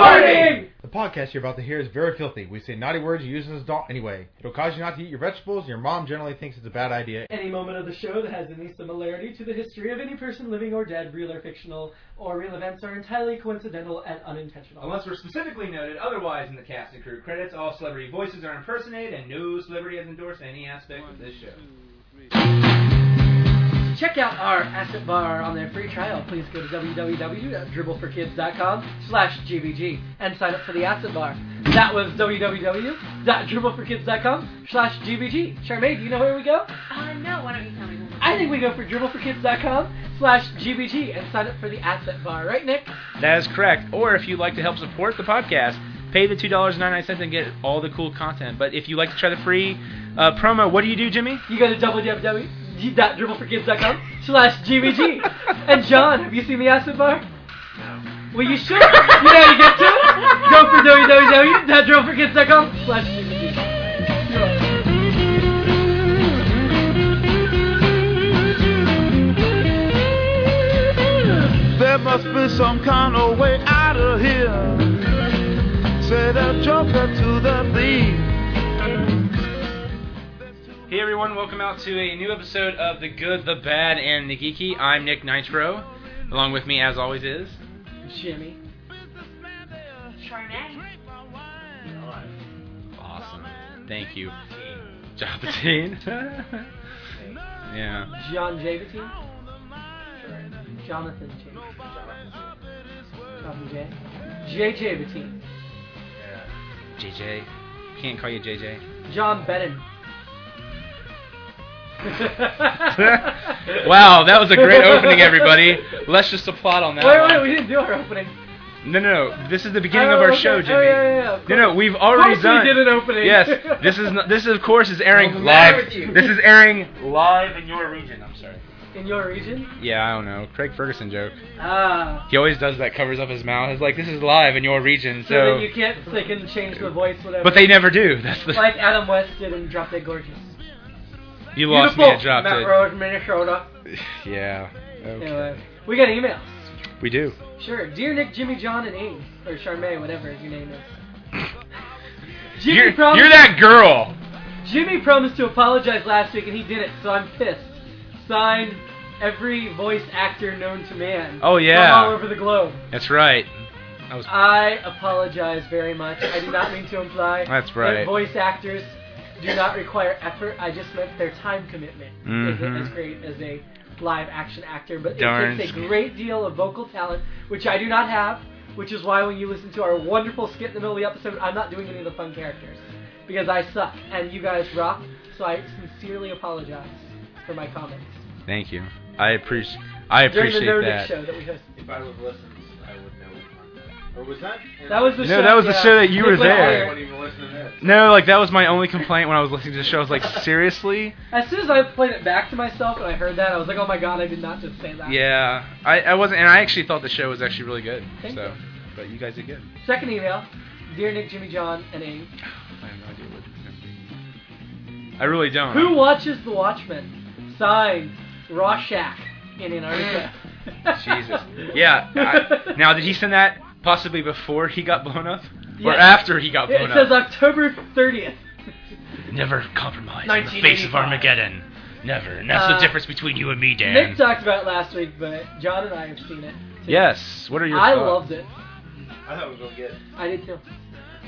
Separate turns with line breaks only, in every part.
Warning!
The podcast you're about to hear is very filthy. We say naughty words you use as an adult anyway. It'll cause you not to eat your vegetables, and your mom generally thinks it's a bad idea.
Any moment of the show that has any similarity to the history of any person living or dead, real or fictional, or real events are entirely coincidental and unintentional.
Unless we're specifically noted otherwise in the cast and crew credits, all celebrity voices are impersonated, and no celebrity has endorsed any aspect of this show.
Check out our asset bar on their free trial. Please go to www.dribbleforkids.com slash gbg and sign up for the asset bar. That was www.dribbleforkids.com slash gbg. Charmaine, do you know where we go?
Uh, no, why don't you tell me?
I think we go for dribbleforkids.com slash gbg and sign up for the asset bar. Right, Nick?
That is correct. Or if you'd like to help support the podcast, pay the two dollars and ninety nine cents and get all the cool content. But if you like to try the free uh, promo, what do you do, Jimmy?
You go to E? www.dribbleforkids.com slash gbg. and John, have you seen the acid bar? Well, you should. you know how to get to it. Go for E, www.dribbleforkids.com slash gbg.
There must be some kind of way out of here. Say the joker to the thief.
Hey everyone, welcome out to a new episode of The Good, the Bad, and the Geeky. I'm Nick Nitro. Along with me, as always, is
Jimmy.
Charmaine.
awesome. Thank you, Jobatine. yeah.
John Javity. Jonathan Javity. Jonathan J. J Javity.
JJ. Can't call you JJ.
John Bennon.
wow, that was a great opening, everybody. Let's just applaud on that.
Wait,
one.
wait, we didn't do our opening.
No, no, no. This is the beginning
Oh,
of our
okay.
show,
Oh,
Jimmy.
yeah, yeah, yeah, of
No, no,
course.
we've already
Of course
done.
we did an opening.
Yes, this is not, this of course is airing
What's the matter
live.
with you?
This is airing live in your region. I'm sorry.
In your region?
Yeah, I don't know. Craig Ferguson joke.
Ah.
He always does that. Covers up his mouth. He's like, "This is live in your region."
So,
So,
then you can't they can change the voice whatever.
but they never do. That's the
like Adam West did in Drop Dead Gorgeous.
you lost me
Beautiful.
at drop
Matt
dead.
Road, Minnesota.
Yeah. Okay.
Anyway, we got emails.
We do.
Sure. Dear Nick, Jimmy, John, and Ames or Charmaine, whatever your name is. Jimmy
You're,
promised.
you're that girl.
Jimmy promised to apologize last week and he didn't, so I'm pissed. Signed, every voice actor known to man.
Oh, yeah.
From all over the globe.
That's right. I was.
I apologize very much. I did not mean to imply
That's right.
that voice actors do not require effort. I just meant their time commitment
Mhm.
is as great as a live action actor. But
Darn
it takes a
sk-
great deal of vocal talent, which I do not have, which is why when you listen to our wonderful skit in the middle of the episode, I'm not doing any of the fun characters. Because I suck and you guys rock, so I sincerely apologize for my comments.
Thank you. I appreciate. I
During the
appreciate
No
that.
Nick show that we hosted.
If I would have listened, I would know. Or was that?
That was the
No,
show.
that was the
yeah.
show that you
Nick
were
went
there.
I
higher.
wouldn't even listen to that.
No, like that was my only complaint when I was listening to the show. I was like, seriously?
As soon as I played it back to myself and I heard that, I was like, oh my god, I did not just say that.
Yeah, I, I wasn't, and I actually thought the show was actually really good.
Thank
so,
you.
but you guys did good.
Second email Dear Nick, Jimmy, John, and Ames.
I have no idea what it's gonna be. I really don't.
Who watches The Watchmen? Signed, Rorschach in Antarctica.
Jesus. Yeah. I, now, did he send that possibly before he got blown up, or
Yeah.
after he got
It
blown up?
says October 30th.
Never compromise in the face of
1985.
Armageddon. Never. And that's
Uh,
the difference between you and me, Dan.
Nick talked about it last week, but John and I have seen it. too.
yes. What are your
I
thoughts?
loved it.
I thought it was gonna get.
I did too.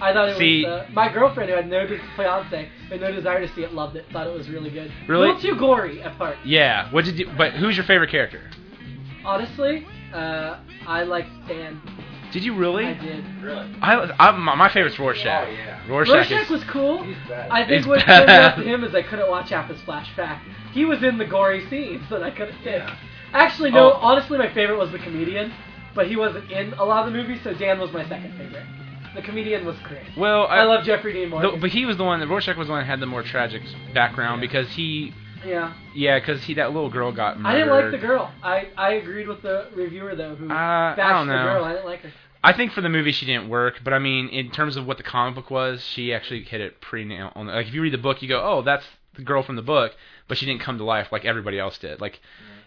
I thought it
See-
was uh, my girlfriend who had no de- fiance but no desire to see it loved it. Thought it was really good.
Really?
A little too gory at parts.
Yeah. What did you? But who's your favorite character?
Honestly, uh, I liked Stan.
Did you really?
I did.
Really?
I, I my, my favorite's Rorschach.
Oh, yeah.
Rorschach,
Rorschach,
is,
was cool.
He's bad.
I think
He's
what
bad.
turned out to him is I couldn't watch Appa's flashback. He was in the gory scenes that I couldn't pick. Actually, no.
Oh.
Honestly, my favorite was the comedian, but he wasn't in a lot of the movies, so Dan was my second favorite. The comedian was great.
well. I,
I love Jeffrey Dean
the,
Morgan.
but he was the one. that Rorschach was the one that had the more tragic background because he,
yeah,
yeah, because he that little girl got murdered.
I didn't like the girl. I I agreed with the reviewer though, who
Uh, I
bashed
don't
the
know.
girl. I didn't like her.
I think for the movie she didn't work, but I mean in terms of what the comic book was, she actually hit it pretty nail on. the- Like if you read the book, you go, oh, that's the girl from the book, but she didn't come to life like everybody else did. Like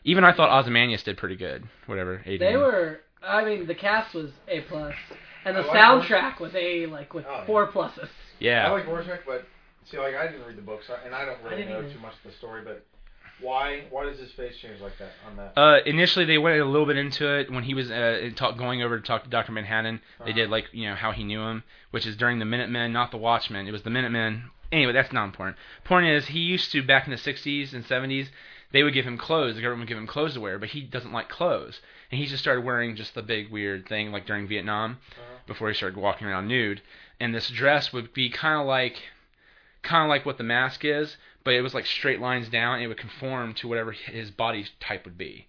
even I thought Ozymandias did pretty good. Whatever. Adrian.
They were. I mean, the cast was a plus. And the
I like
soundtrack was a like with
Oh, yeah.
four pluses.
Yeah.
I like Rorschach, but see, like I didn't read the books, so- and I don't really
didn't
know
either.
too much of the story. But why why does his face change like that on that?
Uh, initially, they went a little bit into it when he was uh, in talk, going over to talk to Doctor Manhattan. They did like you know how he knew him, which is during the Minutemen, not the Watchmen. It was the Minutemen. Anyway, that's not important. Point is, he used to back in the '60s and '70s, they would give him clothes. The government would give him clothes to wear, but he doesn't like clothes, and he just started wearing just the big weird thing like during Vietnam, before he started walking around nude. And this dress would be kind of like, kind of like what the mask is, but it was like straight lines down. And it would conform to whatever his body type would be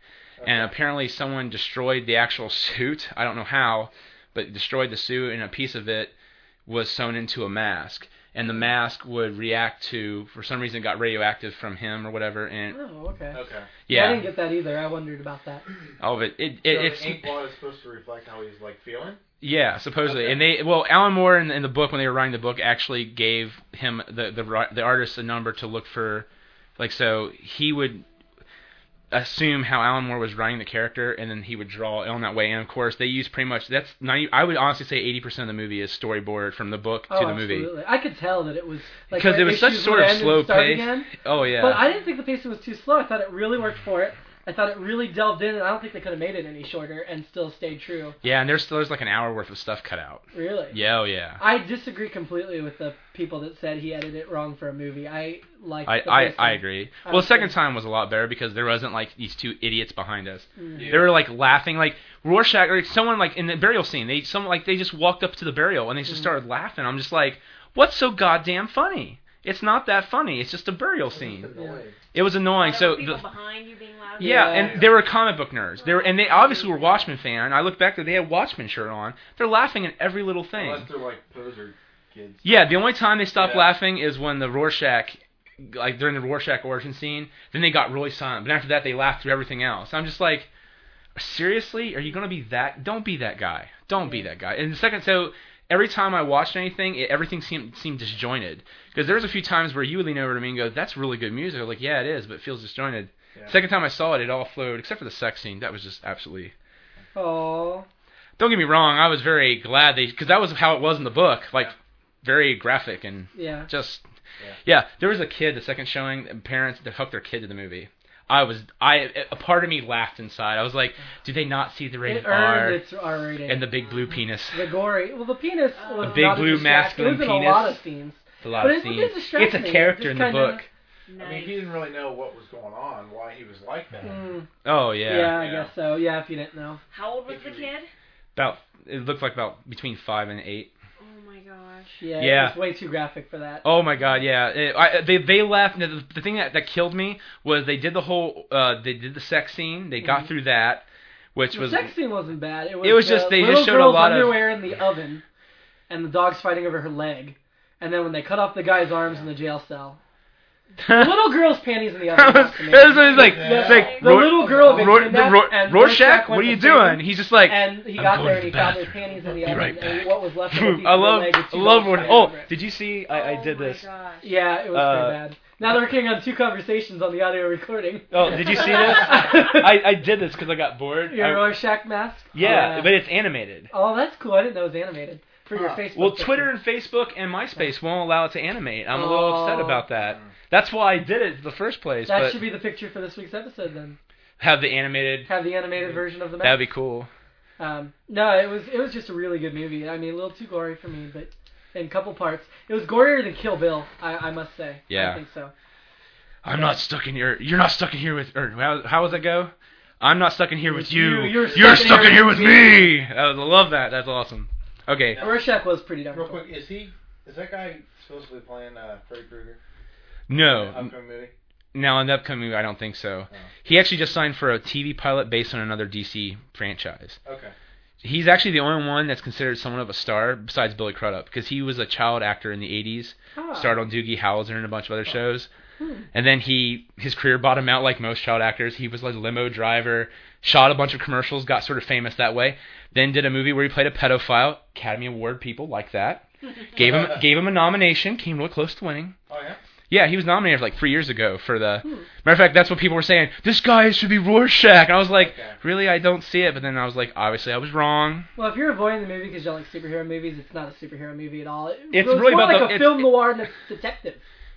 and apparently someone destroyed the actual suit. I don't know how, but destroyed the suit, and a piece of it was sewn into a mask. And the mask would react to, for some reason, it got radioactive from him or whatever. And
Oh, okay.
okay.
I
yeah,
didn't get that either. I wondered about that.
all of it. It,
so
it
the ink
it's
blot is supposed to reflect how he's like feeling.
yeah, supposedly.
Okay.
And they well, Alan Moore in, in the book when they were writing the book actually gave him the the ri- the artist a number to look for, like so he would assume how Alan Moore was writing the character, and then he would draw on that way. And of course, they use pretty much that's ninety. I would honestly say eighty percent of the movie is storyboard from the book
Oh,
to the movie.
absolutely. I could tell that it was like,
Because
the
it was such
issues
sort
would
of
end and
slow
start
pace.
again.
Oh yeah,
But I didn't think the pacing was too slow. I thought it really worked for it. I thought it really delved in, and I don't think they could have made it any shorter and still stayed true.
yeah. And there's there's like an hour worth of stuff cut out.
Really.
Yeah, oh yeah.
I disagree completely with the people that said he edited it wrong for a movie. I like.
I,
the
I,
pacing.
I agree.
I
Well,
don't
second
think-
time was a lot better because there wasn't like these two idiots behind us.
Mm.
They were like laughing, like Rorschach or someone like in the burial scene. They some like they just walked up to the burial and they just started laughing. I'm just like, what's so goddamn funny? It's not that funny. It's just a burial scene.
Annoying.
It was annoying.
There
So
were people
the,
behind you being loud.
yeah,
Yeah.
and they were a comic book nerds. They were, and they obviously were Watchmen fan. I look back there, they had Watchmen shirt on. They're laughing at every little thing.
Unless they're like poser kids.
Yeah, the only time they stopped
Yeah.
laughing is when the Rorschach, like during the Rorschach origin scene, then they got really silent. But after that, they laughed through everything else. I'm just like, seriously, are you gonna be that? Don't be that guy. Don't be that guy. And the second, so every time I watched anything, it, everything seemed seemed disjointed. Because there's a few times where you would lean over to me and go, "That's really good music." I'm like, yeah, it is, but it feels disjointed.
Yeah.
Second time I saw it, it all flowed, except for the sex scene. That was just absolutely
Oh.
don't get me wrong, I was very glad they because that was how it was in the book, like
Yeah.
very graphic and
Yeah.
just
Yeah.
yeah. There was a kid the second showing, and parents that hooked their kid to the movie. I was I a part of me laughed inside. I was like, do they not see the
It
rated R
earned its R rating.
and the big blue penis?
The gory. Well, the penis was
The big
not a
blue
distract-
masculine
it was in
penis.
a lot of scenes.
It's a lot
But
of
it's-
scenes.
it's
It's a
distracting.
character
Just
in the
kinda-
book.
I mean,
Nice.
he didn't really know what was going on, why he was like that.
Mm,
Oh
yeah,
yeah.
I
yeah.
guess so. Yeah, if you didn't know.
How old was the kid?
About it looked like about between five and eight.
Oh my gosh.
Yeah.
Yeah.
It's way too graphic for that.
Oh my god, yeah. It- I, they they left. The, the thing that, that killed me was they did the whole uh, they did the sex scene. They got
Mhm.
through that, which
the
was
sex scene wasn't bad. It was,
It was
the
just- they just
little
showed a
girl's
lot of-
underwear in the oven, and the dog's fighting over her leg. And then when they cut off the guy's arms in the jail cell, the little girl's panties in the oven.
was,
that's
it
amazing.
was it's like,
Yeah.
it's like
The
Ro-
little girl
Ro-
became
the
that,
Ro-
and
Rorschach,
Rorschach
what are
went
you
to prison,
doing? He's just like,
and he
I'm
got
going
there
to
and he
the
found his
bathroom.
panties in the
I'll be
oven
right back.
and what was left of the piece
I
of the
love,
leg with
I
two
love
dogs
when.
fighting
Oh,
over it.
did you see? I, I did this.
Oh my gosh.
yeah, it was
uh,
pretty bad. Now they're working on two conversations on the audio recording.
Oh, did you see this? I, I did this because I got bored.
Your
I-
Rorschach mask.
yeah,
Oh,
but it's animated.
oh, that's cool. I didn't know it was animated for your
Huh.
Facebook.
Well,
picture.
Twitter and Facebook and MySpace won't allow it to animate. I'm a little
Oh.
upset about that. That's why I did it in the first place.
That
but
should be the picture for this week's episode then.
have the animated.
Have the animated version of the mask.
That'd be cool.
Um, no, it was it was just a really good movie. I mean, a little too gory for me, but in a couple parts, it was gorier than Kill Bill. I, I must say. I
Yeah.
think so.
I'm not stuck in here. You're not stuck in here with. Or how, how does that go? I'm not stuck in here with you.
You're stuck in
stuck
here
in here
with
with me. I love that. That's awesome. Okay.
Rorschach was pretty darn
Real
cool.
quick, is he is that guy supposed to be playing uh, Freddy Krueger? in the
No.
upcoming movie.
Now in the upcoming, movie, I don't think so.
Oh.
He actually just signed for a TV pilot based on another DC franchise.
Okay.
He's actually the only one that's considered somewhat of a star besides Billy Crudup because he was a child actor in the 80s.
Ah.
starred on Doogie Howser and a bunch of other shows. And then he his career bottomed out like most child actors. He was like a limo driver, shot a bunch of commercials, got sort of famous that way. Then did a movie where he played a pedophile. Academy Award people like that. gave him gave him a nomination, came real close to winning.
Oh yeah.
Yeah, he was nominated like three years ago for the.
Hmm.
Matter of fact, that's what people were saying. This guy should be Rorschach. And I was like,
Okay.
really, I don't see it. But then I was like, obviously, I was wrong.
Well, if you're avoiding the movie because you like superhero movies, it's not a superhero movie at all. It,
It's
it's
really
more
about
like
the-
a
it-
film
it-
noir and a detective.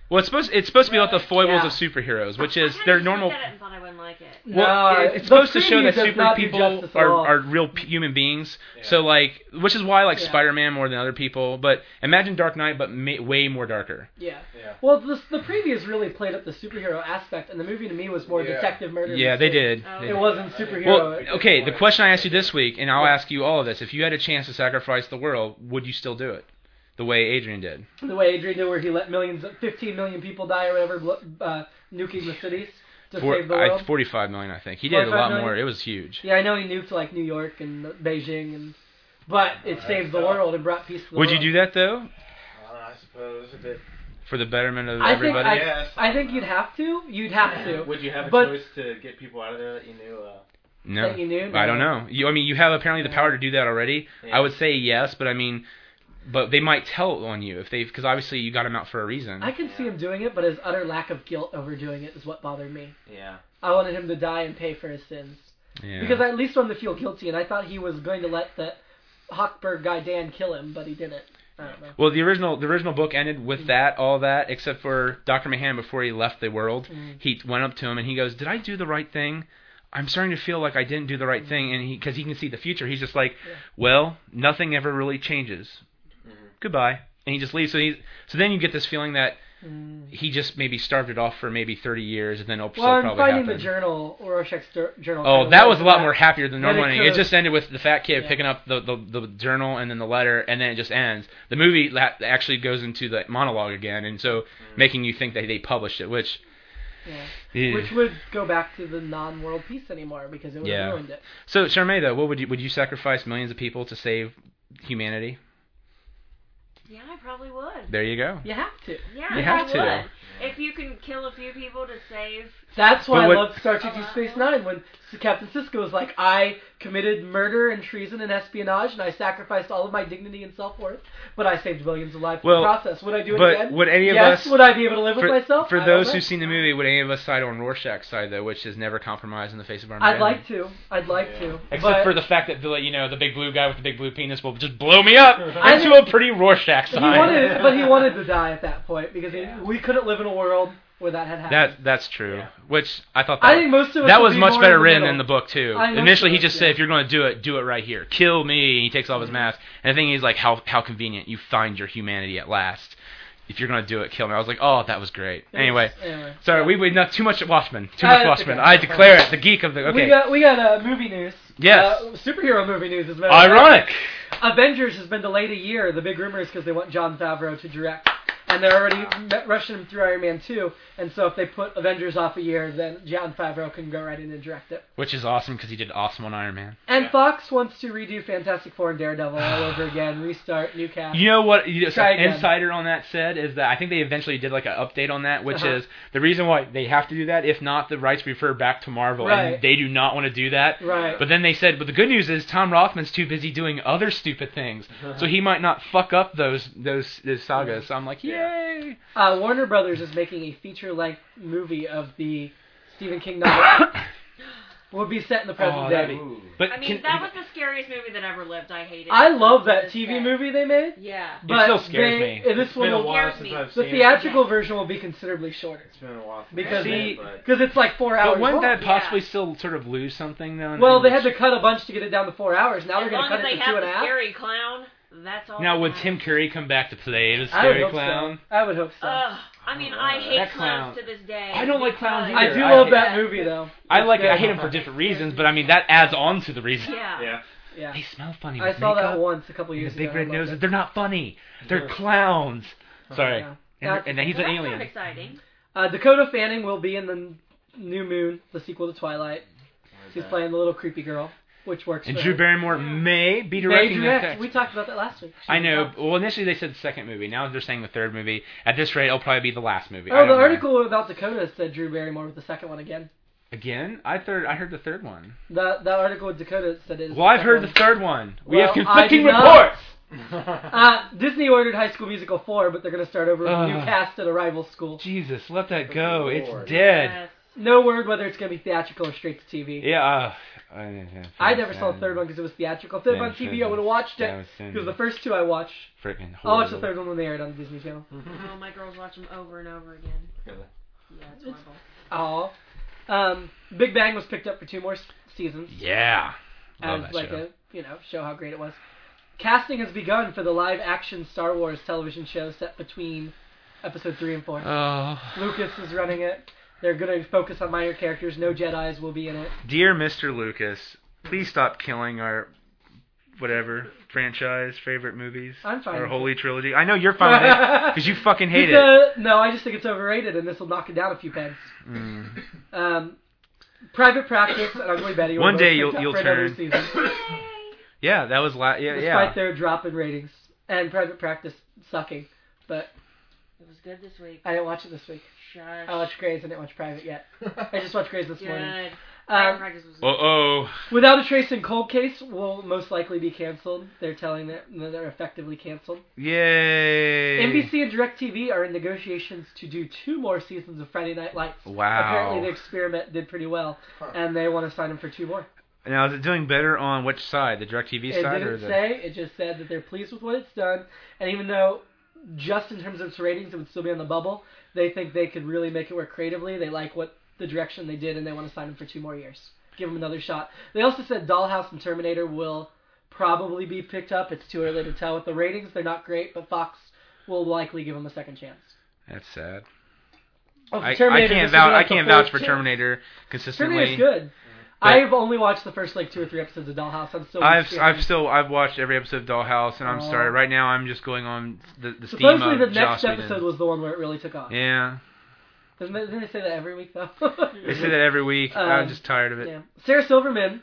Well, it's supposed it's supposed to be about the foibles
Yeah.
of superheroes, which is
I kinda
their
just
normal.
looked at it and thought I wouldn't like it.
Well,
No,
it-
the
it's supposed to show
preview
that
does
super
not do
people
justice at
are,
all.
are real p- human beings.
Yeah.
So like, which is why I like
Yeah.
Spider-Man more than other people. But imagine Dark Knight, but ma- way more darker.
Yeah.
Yeah.
Well, the the previews really played up the superhero aspect, and the movie to me was more
Yeah.
detective murder.
yeah, they
mystery.
did.
Oh.
They
It
did.
wasn't superhero.
Well,
it-
okay. The question I asked you this week, and I'll ask you all of this: If you had a chance to sacrifice the world, would you still do it, the way Adrian did?
the way Adrian did, where he let millions, 15 million people die or whatever, bl- uh, nuking the cities to
Four-
save the
I-
world.
45 million, I think. He did a
45
lot
million?
more. It was huge.
yeah, I know he nuked like New York and Beijing, and but it
Alright,
saved the
so-
world and brought peace to the
Would
world.
you do that though,
I don't know, I suppose if it.
for the betterment of
I think
everybody?
I,
Yes.
I think you'd have to. You'd have to.
Would you have a
But-
choice to get people out of there that you knew? Uh,
no.
that you knew?
I don't know. You, I mean, you have apparently the power to do that already.
Yeah.
I would say yes, but I mean, but they might tell on you if they, because obviously you got him out for a reason.
I can see him doing it, but his utter lack of guilt over doing it is what bothered me.
yeah.
I wanted him to die and pay for his sins.
yeah.
Because I at least wanted to feel guilty, and I thought he was going to let that Hochberg guy Dan kill him, but he didn't. I don't know.
well, the original the original book ended with that, all that, except for Doctor Mahan before he left the world.
Mm.
He went up to him and he goes, "Did I do the right thing? I'm starting to feel like I didn't do the right thing." And he, because he can see the future, he's just like,
Yeah.
"Well, nothing ever really changes.
Mhm.
Goodbye." And he just leaves. So he, so then you get this feeling that
Mm.
he just maybe starved it off for maybe 30 years, and then it'll
Well,
still
I'm
probably
finding
happen.
the journal, Rorschach's dir- journal. kind
Oh,
of
that was a lot
that.
more happier than
Then
normal.
it
ending. It
could've-
just ended with the fat kid
Yeah.
picking up the, the the journal and then the letter, and then it just ends. The movie la- actually goes into the monologue again, and so making you think that they published it, which
Yeah.
eh.
Which would go back to the non-world peace anymore because it would have
Yeah.
ruined it.
so Charmaine, though, what would you would you sacrifice millions of people to save humanity?
Yeah, I probably would.
There you go.
You have to.
Yeah,
You
I
have to.
would. If you can kill a few people to save
That's why
But what-
I love Star Trek: Deep Space Nine when S- Captain Sisko was like, "I committed murder and treason and espionage, and I sacrificed all of my dignity and self-worth, but I saved millions of lives
Well,
in the process. Would I do it
But
again?
would any of
yes.
us
Would I be able to live
for,
with myself?
for
I don't
those
know.
who've seen the movie, would any of us side on Rorschach's side though, which is never compromised in the face of our
I'd
humanity?
like to. I'd like
Yeah.
to.
Except
but
for the fact that the you know the big blue guy with the big blue penis will just blow me up
I
into
think-
a pretty Rorschach
he
sign.
wanted, but he wanted to die at that point because he,
Yeah.
we couldn't live in a world where that had happened.
That that's true.
Yeah.
Which I thought that,
I think most of us
that
would
was
be
much
more
better
in the
written
middle.
than the book too.
I think most
Initially,
of
he
us,
just
yeah. Mm-hmm.
said, "If you're going to do it, do it right here. Kill me." And he takes off his mask. And the thing is, like, how how convenient you find your humanity at last. If you're going to do it, kill me. I was like, "Oh, that was great."
It was-
Anyway,
anyway.
sorry,
Yeah.
we we not too much Watchmen. Too
Uh,
much
it's
Watchmen.
okay.
I declare it. The geek of the okay.
We got we got uh, movie news.
Yes.
Uh, superhero movie news as well. Uh,
Ironic.
Avengers has been delayed a year. The big rumor is because they want John Favreau to direct, and they're already m- rushing him through Iron Man two. And so if they put Avengers off a year, then John Favreau can go right in and direct it.
Which is awesome because he did awesome on Iron Man.
And
Yeah.
Fox wants to redo Fantastic Four and Daredevil all over again, restart, new cast.
You know what you know,
Uh-huh. Try
some
again.
insider on that said is that I think they eventually did like an update on that, which
Uh-huh.
is the reason why they have to do that. If not, the rights refer back to Marvel,
Right.
and they do not want to do that.
Right.
But then they said, but the good news is Tom Rothman's too busy doing other stupid things, so he might not fuck up those those, those sagas. So I'm like, yay!
Uh, Warner Brothers is making a feature-length movie of the Stephen King novel. will be set in the present
Oh, that'd
day.
be-
Ooh.
But
I mean,
can-
that was the scariest movie that ever lived. I hated it.
I love that
To this
TV
day.
movie they made,
Yeah.
it
but
still
they-
scares me.
this
It's
one
been a
will-
while
scares
since
me.
I've
the
seen
theatrical version will be considerably shorter.
it. It's been a while since
Because
I've seen
See-
it, but-
Because it's like four hours
But wouldn't
long.
that
Yeah.
possibly still sort of lose something though? in the
well, they
end?
had to cut a bunch to get it down to four hours. Now
as
they're going
long
to cut
as
it
they
to
have
two and a
the
half.
scary clown, that's all.
Now
that
would
matters.
Tim Curry come back to play the
I would
scary
hope
clown?
so. I would hope so.
Ugh. I mean, I hate
That
clowns
clown.
to this day.
uh, I don't like clowns
because-
I
either.
do
I
love
hate
that movie though.
I like it.
Yeah.
I hate him for different reasons, but I mean that adds on to the reason.
Yeah.
Yeah.
Yeah.
They smell funny.
I
with
saw that
makeup
once a couple
and
years
the big
ago. I
red
loved
noses.
it.
They're not funny. They're
Yeah.
clowns. Sorry.
Yeah.
And, and then he's
Well,
an
that's Kind of
alien.
exciting.
Uh, Dakota Fanning will be in the New Moon, the sequel to Twilight. She's playing the little creepy girl, which works.
And
for
Drew
her.
Barrymore
Yeah.
may be
May
directing that.
direct. We talked about that last week. She
I know.
directs.
Well, initially they said the second movie. Now they're saying the third movie. At this rate, it'll probably be the last movie. I
Oh, the
don't know.
article about Dakota said Drew Barrymore with the second one again.
again. I third. I heard the third one.
That that article with Dakota said it. is
Well, I've
second
heard the
one.
third one. We
Well,
have
I do
conflicting
not.
reports.
Uh, Disney ordered High School Musical 4, but they're going to start over with a new
Ugh.
cast at a rival school.
Jesus, let that go.
Lord.
It's dead.
Yes.
No word whether it's going to be theatrical or straight to TV.
Yeah. Uh, I, I-
I never saw the third one because it was theatrical. If it was on
Yeah,
TV,
sure.
I would have watched
Yeah, I
it
was saying
because the
that.
first two I watched.
Freaking.
I'll watch the third one when they air it on the Disney Channel.
Oh, my girls watch them over and over again.
Really?
Yeah, it's horrible.
Aw. Um, Big Bang was picked up for two more s- seasons
Yeah. Love
as
that
like
show.
a you know show how great it was. Casting has begun for the live-action Star Wars television show set between episode three and four.
Oh.
Lucas is running it. They're going to focus on minor characters. No Jedi's will be in it.
Dear Mr. Lucas, please stop killing our whatever franchise favorite movies.
I'm Oh, fine
Our
with
holy trilogy. I know you're fine with it because you fucking hate it.
Because- No, I just think it's overrated, and this will knock it down a few pegs.
Mm.
Um, private practice and Ugly Betty. were
One
both
day
picked
you'll-
up
you'll
for another
turn.
Season,
Yeah, that was la- yeah,
despite
yeah.
their drop in ratings and private practice sucking. But
It was good this week.
I didn't watch it this week.
Shush.
I watched Grey's. I didn't watch Private yet. I just watched Grey's this morning.
Good. Fire
Um,
practice was
Uh oh.
Without a Trace and Cold Case will most likely be canceled. They're telling that that they're effectively canceled.
Yay.
NBC and DirecTV are in negotiations to do two more seasons of Friday Night Lights.
Wow.
Apparently, the experiment did pretty well, and they want to sign them for two more.
Now is it doing better on which side, the DirecTV
It
side or
didn't
the?
say. It just said that they're pleased with what it's done, and even though just in terms of its ratings, it would still be on the bubble. They think they could really make it work creatively. They like what the direction they did, and they want to sign him for two more years. Give him another shot. They also said Dollhouse and Terminator will probably be picked up. It's too early to tell with the ratings. They're not great, but Fox will likely give him a second chance.
That's sad.
Oh, for
I, I
Terminator, this
can't
would be
vouch.
like
I
the
can't
fourth
vouch for
chance.
Terminator consistently.
Terminator's good.
But-
I've only watched the first like two or three episodes of Dollhouse. I'm still.
I've
experiencing-
I've still I've watched every episode of Dollhouse, and I'm
Oh.
sorry. Right now, I'm just going on the the steam
Supposedly,
of
the next
Joss Whedon.
episode was the one where it really took off.
Yeah,
Doesn't they, didn't they say that every week though?
they say that every week. I'm
Um,
just tired of it.
yeah. Sarah Silverman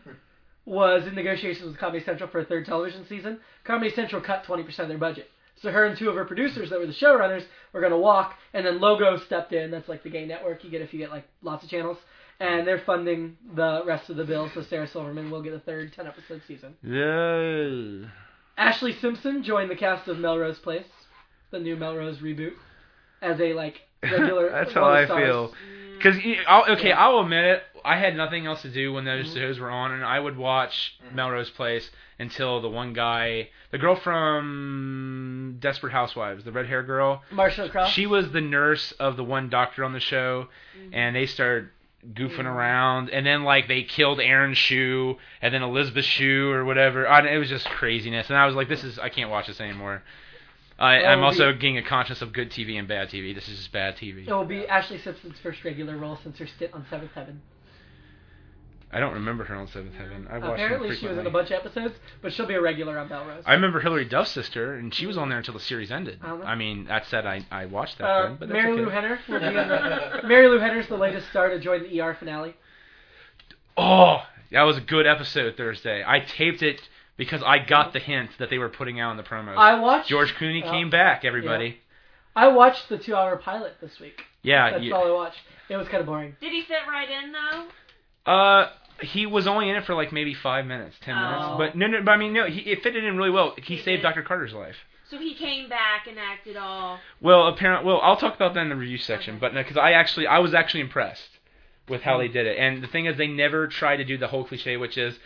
was in negotiations with Comedy Central for a third television season. Comedy Central cut 20% of their budget. So her and two of her producers that were the showrunners were going to walk, and then Logo stepped in. That's like the gay network you get if you get like lots of channels. And they're funding the rest of the bill, so Sarah Silverman will get a third 10 episode season.
Yeah.
Ashley Simpson joined the cast of Melrose Place, the new Melrose reboot, as a like regular.
That's
one
how
of the
I
stars.
feel. Because okay, e, I'll admit it. I had nothing else to do when those shows were on, and I would watch Melrose Place until the one guy, the girl from Desperate Housewives, the red hair girl,
Marsha Cross.
she was the nurse of the one doctor on the show, and they started goofing around, and then like they killed Aaron Shue, and then Elizabeth Shue or whatever. I, it was just craziness, and I was like, this is I can't watch this anymore. I,
Well,
I'm
the-
also getting a conscience of good TV and bad TV. This is just bad TV.
It will be Ashley Simpson's first regular role since her stint on Seventh Heaven.
I don't remember her on Seventh Heaven. I watched
Apparently,
them
she was in
frequently.
a bunch of episodes, but she'll be a regular on Melrose.
I remember Hillary Duff's sister, and she was on there until the series ended.
I don't know.
I mean, that said, I, I watched that.
Uh-huh. Uh,
then, but that's
Mary
okay.
Lou Henner will be in the, Mary Lou Henner's the latest star to join the ER finale.
Oh, that was a good episode Thursday. I taped it because I got the hint that they were putting out in the promos.
I watched
George Clooney
Oh.
came back, everybody.
I watched the two-hour pilot this week.
Uh, Yeah,
That's
you-
all I watched. It was kind of boring.
Did he fit right in though?
uh, he was only in it for like maybe five minutes, ten minutes.
Oh.
But no, no, but I mean, no, he it fitted in really well. He
He
saved
did.
Dr. Carter's life.
So he came back and acted all.
Well, apparently, well, I'll talk about that in the review section,
Okay.
but because I actually, I was actually impressed with how they did it. And the thing is, they never try to do the whole cliche, which is,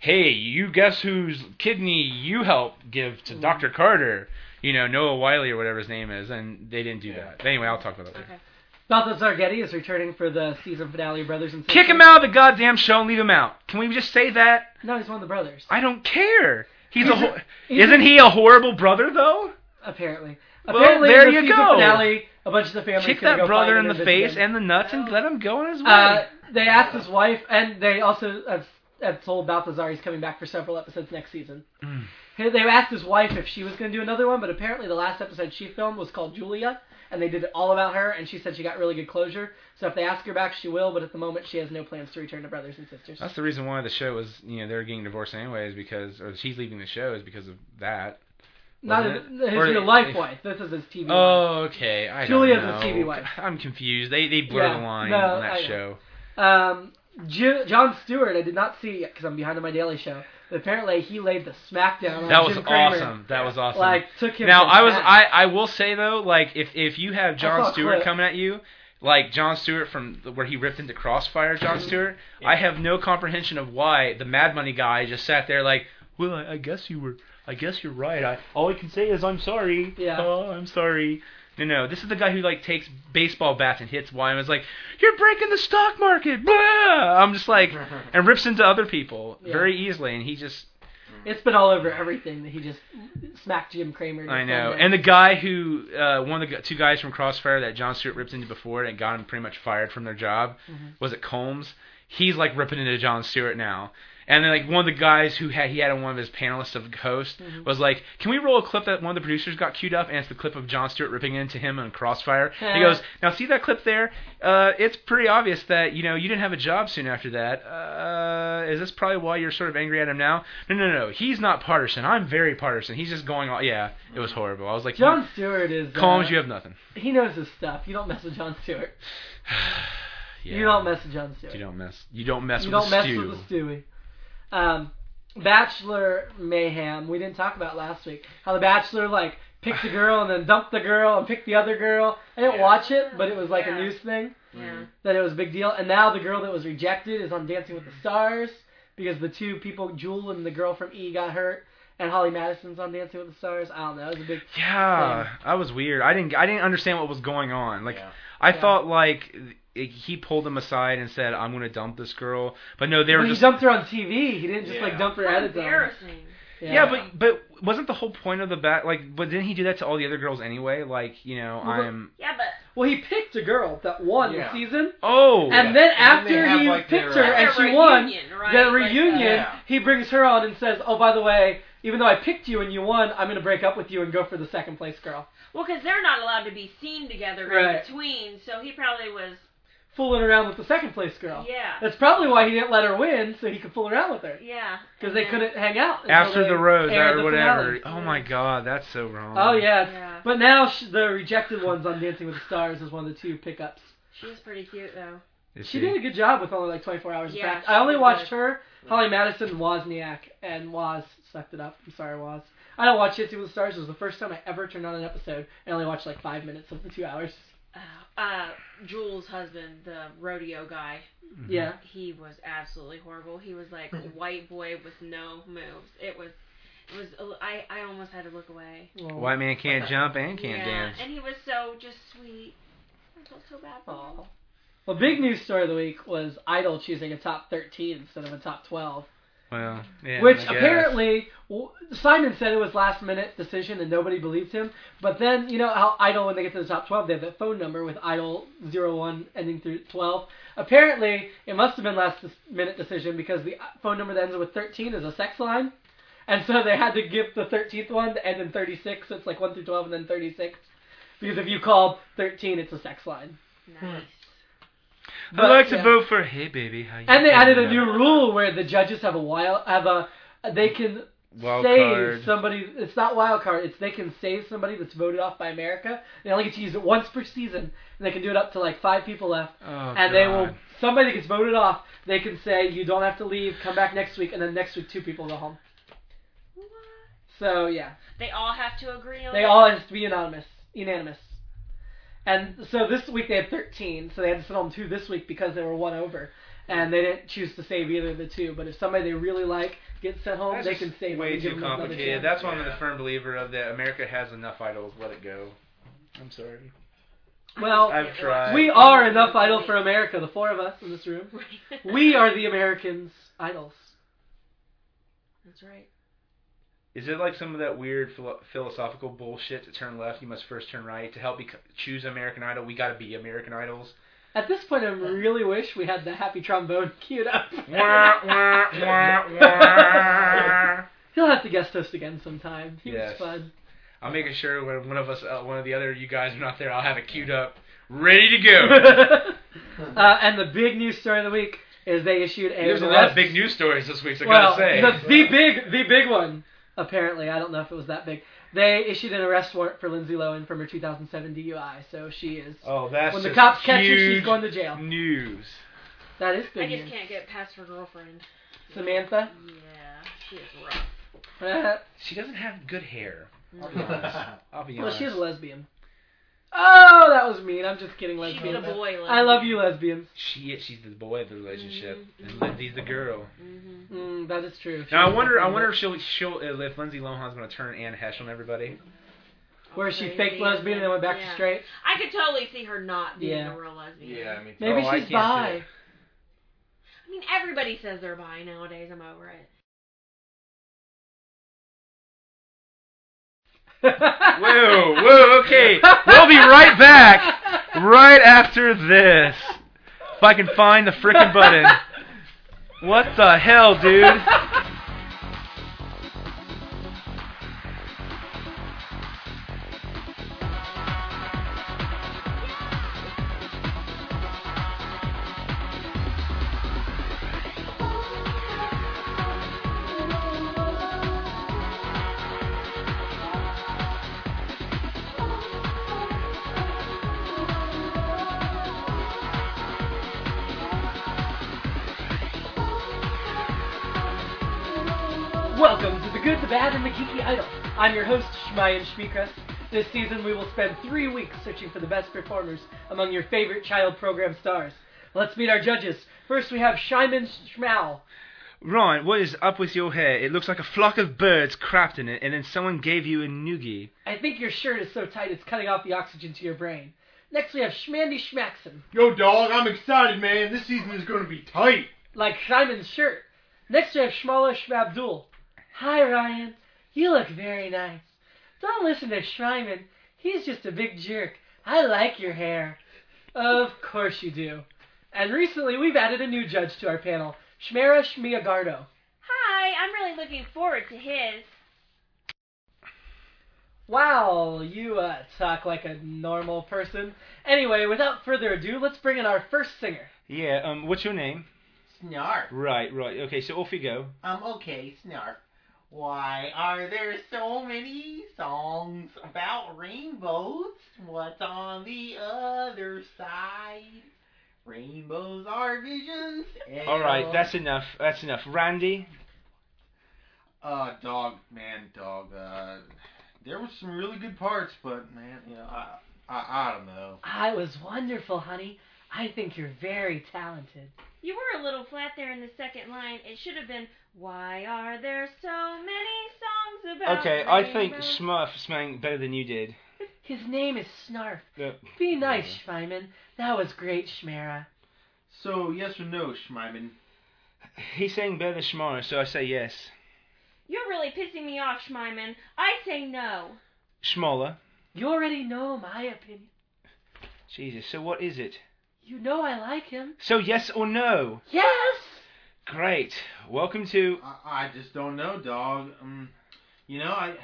hey, you guess whose kidney you helped give to Dr. Carter, you know, Noah Wiley or whatever his name is, and they didn't do
Yeah.
that. But anyway, I'll talk about that later.
Okay.
Balthazar Zargetti is returning for the season finale of Brothers and Sisters.
Kick him out of the goddamn show and leave him out. Can we just say that?
No, he's one of the brothers.
I don't care. He's a, ho-
he's a-
isn't he a horrible brother though?
Apparently,
Well,
apparently,
there
in the
you
season
go.
Finale, a bunch of the family
Kick that brother in the face and the nuts and
No.
let him go on his way.
Uh, they asked his wife, and they also have, have told Balthazar he's coming back for several episodes next season.
Hmm.
They asked his wife if she was going to do another one, but apparently the last episode she filmed was called Julia, and they did it all about her, and she said she got really good closure. So if they ask her back, she will, but at the moment she has no plans to return to Brothers and Sisters.
That's the reason why the show was, you know, they're getting divorced anyways because, or she's leaving the show is because of that.
Not his,
wasn't
his
it? Or-
real life wife. This is his TV wife.
Oh, okay. I
Julia's
don't
a
know.
TV wife.
I'm confused. They they blur
Yeah,
the line
no,
on
I
that
know.
show.
Um, Ju- John Stewart, I did not see because I'm behind on my daily show, apparently he laid the smackdown on
That was
Jim Cramer.
awesome. That was awesome.
Like took him.
now
to
I was
task.
I, I will say though, like if if you have
I
John
saw a
Stewart
clip.
coming at you, like John Stewart from the- where he ripped into Crossfire, John Stewart, I have no comprehension of why the Mad Money guy just sat there like, well, I, I guess you were, I guess you're right. I all I can say is I'm sorry.
Yeah.
Oh, I'm sorry. No, no, this is the guy who like takes baseball bats and hits Wyman. Is like, you're breaking the stock market. Blah! I'm just like, and rips into other people
Yeah.
very easily, and he just
It's been all over everything that he just smacked Jim Cramer.
I know. And the guy who, uh, one of the gu- two guys from Crossfire that John Stewart ripped into before and got him pretty much fired from their job, was it Combs? He's like ripping into John Stewart now. And then like one of the guys who had he had on one of his panelists of hosts was like, "Can we roll a clip that one of the producers got queued up?" And it's the clip of John Stewart ripping into him on Crossfire. he goes, "Now see that clip there? Uh, it's pretty obvious that you know you didn't have a job soon after that. Uh, is this probably why you're sort of angry at him now? No, no, no. He's not partisan. I'm very partisan. He's just going on. Yeah, it was horrible. I was like,
John Stewart is. uh,
Combs, you have nothing.
He knows his stuff. You don't mess with John Stewart.
Yeah.
You don't mess with John Stewart.
You don't mess. You don't mess
You
with
don't
the
mess
stew.
with the Stewie. Um, Bachelor mayhem. We didn't talk about last week how the Bachelor like picked a girl and then dumped the girl and picked the other girl. I didn't
Yeah.
watch it, but it was like
Yeah.
a news thing
Yeah.
that it was a big deal. And now the girl that was rejected is on Dancing with the Stars because the two people, Jewel and the girl from E, got hurt. And Holly Madison's on Dancing with the Stars. I don't know. It was a big.
Yeah,
thing.
that was weird. I didn't I didn't understand what was going on. Like
Yeah.
I
Yeah.
thought like it, he pulled them aside and said, "I'm gonna dump this girl," but no, they were
But he
just
dumped her on TV. He didn't just like
Yeah.
dump her
How
at it.
embarrassing.
yeah. but but wasn't the whole point of the bat like? But didn't he do that to all the other girls anyway? Like you know,
Well, but-
I'm
Yeah, but
well, he picked a girl that won
Yeah.
the season,
oh
and
Yeah.
then
And then
after
they have,
he
like, their,
picked
uh,
her and
At
she
the
won,
reunion, right?
the
Like, uh,
reunion,
Yeah.
he brings her on and says, "Oh, by the way, even though I picked you and you won, I'm gonna break up with you and go for the second place girl."
Well, because they're not allowed to be seen together
Right.
in between, so he probably was.
Fooling around with the second place girl.
Yeah.
That's probably why he didn't let her win, so he could fool around with her.
Yeah.
Because
and
they
then-
couldn't hang out until
after
they
the rose
aired
or
the
whatever. Um,
finale.
Oh my god, that's so wrong.
Oh yes.
Yeah.
But now sh- the rejected ones on Dancing with the Stars is one of the two pickups.
She was pretty cute though.
Is
She did a good job with only like 24 hours
Yeah,
of practice.
she
I only
did
watched her, Holly Madison, Wozniak, and Woz sucked it up. I'm sorry, Woz. I don't watch Dancing with the Stars. It was the first time I ever turned on an episode, and I only watched like five minutes of the two hours.
Uh, uh, Jules' husband, the rodeo guy,
Mm-hmm.
Yeah.
he was absolutely horrible. He was like a white boy with no moves. It was, it was. I I almost had to look away.
Well,
White man can't jump and can't
yeah,
dance.
and he was so just sweet. I felt so bad for him.
aw. Well, big news story of the week was Idol choosing a top 13 instead of a top 12.
Well, yeah,
Which
I guess.
apparently w- Simon said it was last minute decision and nobody believed him. But then you know how Idol when they get to the top twelve they have that phone number with Idol 01 ending through twelve. Apparently it must have been last dis- minute decision because the uh, phone number that ends with thirteen is a sex line, and so they had to give the thirteenth one to end in thirty six. So it's like one through twelve and then thirty six. Because if you call thirteen, it's a sex line.
Nice.
I'd
But,
like to
yeah.
vote for Hey Baby. How you
And they added a
feeling?
new rule where the judges have a while have a they can
Wild
save
card.
somebody. It's not wild card. It's they can save somebody that's voted off by America. They only get to use it once per season, and they can do it up to like five people left.
Oh,
and they
God.
will somebody that gets voted off. They can say you don't have to leave. Come back next week, and then next week two people go home.
What?
So yeah,
They all have to agree on.
they
it?
all have to be anonymous, unanimous. And so this week they had 13, so they had to sit on two this week because they were one over. And they didn't choose to save either of the two, but if somebody they really like gets sent home,
That's
they
just
can save. them
way
and give
too
them another chance.
complicated. That's why I'm
Yeah.
a firm believer of that. America has enough idols. Let it go. I'm sorry.
well,
I've tried.
We are enough idol for America, the four of us in this room. We are the Americans' idols.
That's right.
Is it like some of that weird philo- philosophical bullshit to turn left? You must first turn right to help you choose American Idol. We gotta be American Idols.
At this point, I really wish we had the happy trombone queued up.
Wah, wah, wah, wah.
He'll have to guest host again sometime. He
Yes.
was fun.
I'm making sure when one of us, uh, one of the other you guys are not there, I'll have it queued up, ready to go.
uh, and the big news story of the week is they issued a.
There's a lot of big news stories this week. So I
well,
gotta say.
The, the big, the big one. Apparently, I don't know if it was that big. They issued an arrest warrant for Lindsay Lohan from her 2007 DUI, so she is.
Oh, that's
when the
just
cops catch her, she's
huge
going to jail.
News.
That is
I
big
just
news.
can't get past her girlfriend.
Samantha.
Yeah. she is rough.
well,
She doesn't have good hair. I'll be honest.
That's
I'll be honest.
she's a lesbian. Oh, that was mean. I'm just kidding,
She's
lesbian.
a boy. Lesbian.
I love you, lesbians.
She she's the boy of the relationship,
Mm-hmm.
and Lindsay's the girl.
hmm
Mm, that is true. Mm.
Now I wonder I wonder if she'll she'll if Lindsay Lohan's gonna turn Anne Hesh on everybody.
Where she faked lesbian and then went back
Yeah.
to straight.
I could totally see her not being
Yeah.
a real lesbian.
Yeah, me too.
Maybe
Oh, I
she's
can't
bi.
see it.
I mean, everybody says they're bi nowadays. I'm over it.
Whoa, whoa, okay. We'll be right back right after this. If I can find the frickin' button. What the hell, dude?
Welcome to the good, the bad, and the geeky idol. I'm your host, Shmayan Shmikras. This season, we will spend three weeks searching for the best performers among your favorite child program stars. Let's meet our judges. First, we have Shimon Schmal.
Ron, what is up with your hair? It looks like a flock of birds crapped in it, and then someone gave you a noogie.
I think your shirt is so tight it's cutting off the oxygen to your brain. Next, we have Schmandy Schmaxon,
Yo, dog, I'm excited, man. This season is going to be tight.
like Shimon's shirt. Next, we have Shmala Shmabdul. Hi, Ryan. You look very nice. Don't listen to Shimon. He's just a big jerk. I like your hair. Of course you do. And recently, we've added a new judge to our panel, Shmera Shmiagardo.
Hi, I'm really looking forward to his.
Wow, you uh, talk like a normal person. Anyway, without further ado, let's bring in our first singer.
Yeah, um, what's your name?
Snarf.
Right, right. Okay, so off you go.
Um, okay, Snarf. Why are there so many songs about rainbows? What's on the other side? Rainbows are visions.
All right, that's enough. That's enough. Randy,
Uh, dog, man, dog. Uh, there was some really good parts, but man, you know, I, I, I don't know.
I was wonderful, honey. I think you're very talented.
You were a little flat there in the second line. It should have been, Why are there so many songs about.
Okay, I think
rainbows?"
Smurf sang better than you did.
His name is Snarf.
Yep.
Be nice, Schweiman. That was great, Schmera.
So yes or no, Schmeiman?
He sang better than Shmara, so I say yes.
You're really pissing me off, Schmeiman. I say no.
Shmola.
You already know my opinion.
Jesus, so what is it?
You know I like him.
So yes or no?
Yes!
Great. Welcome to.
I, I just don't know, dog. Um, you know, I,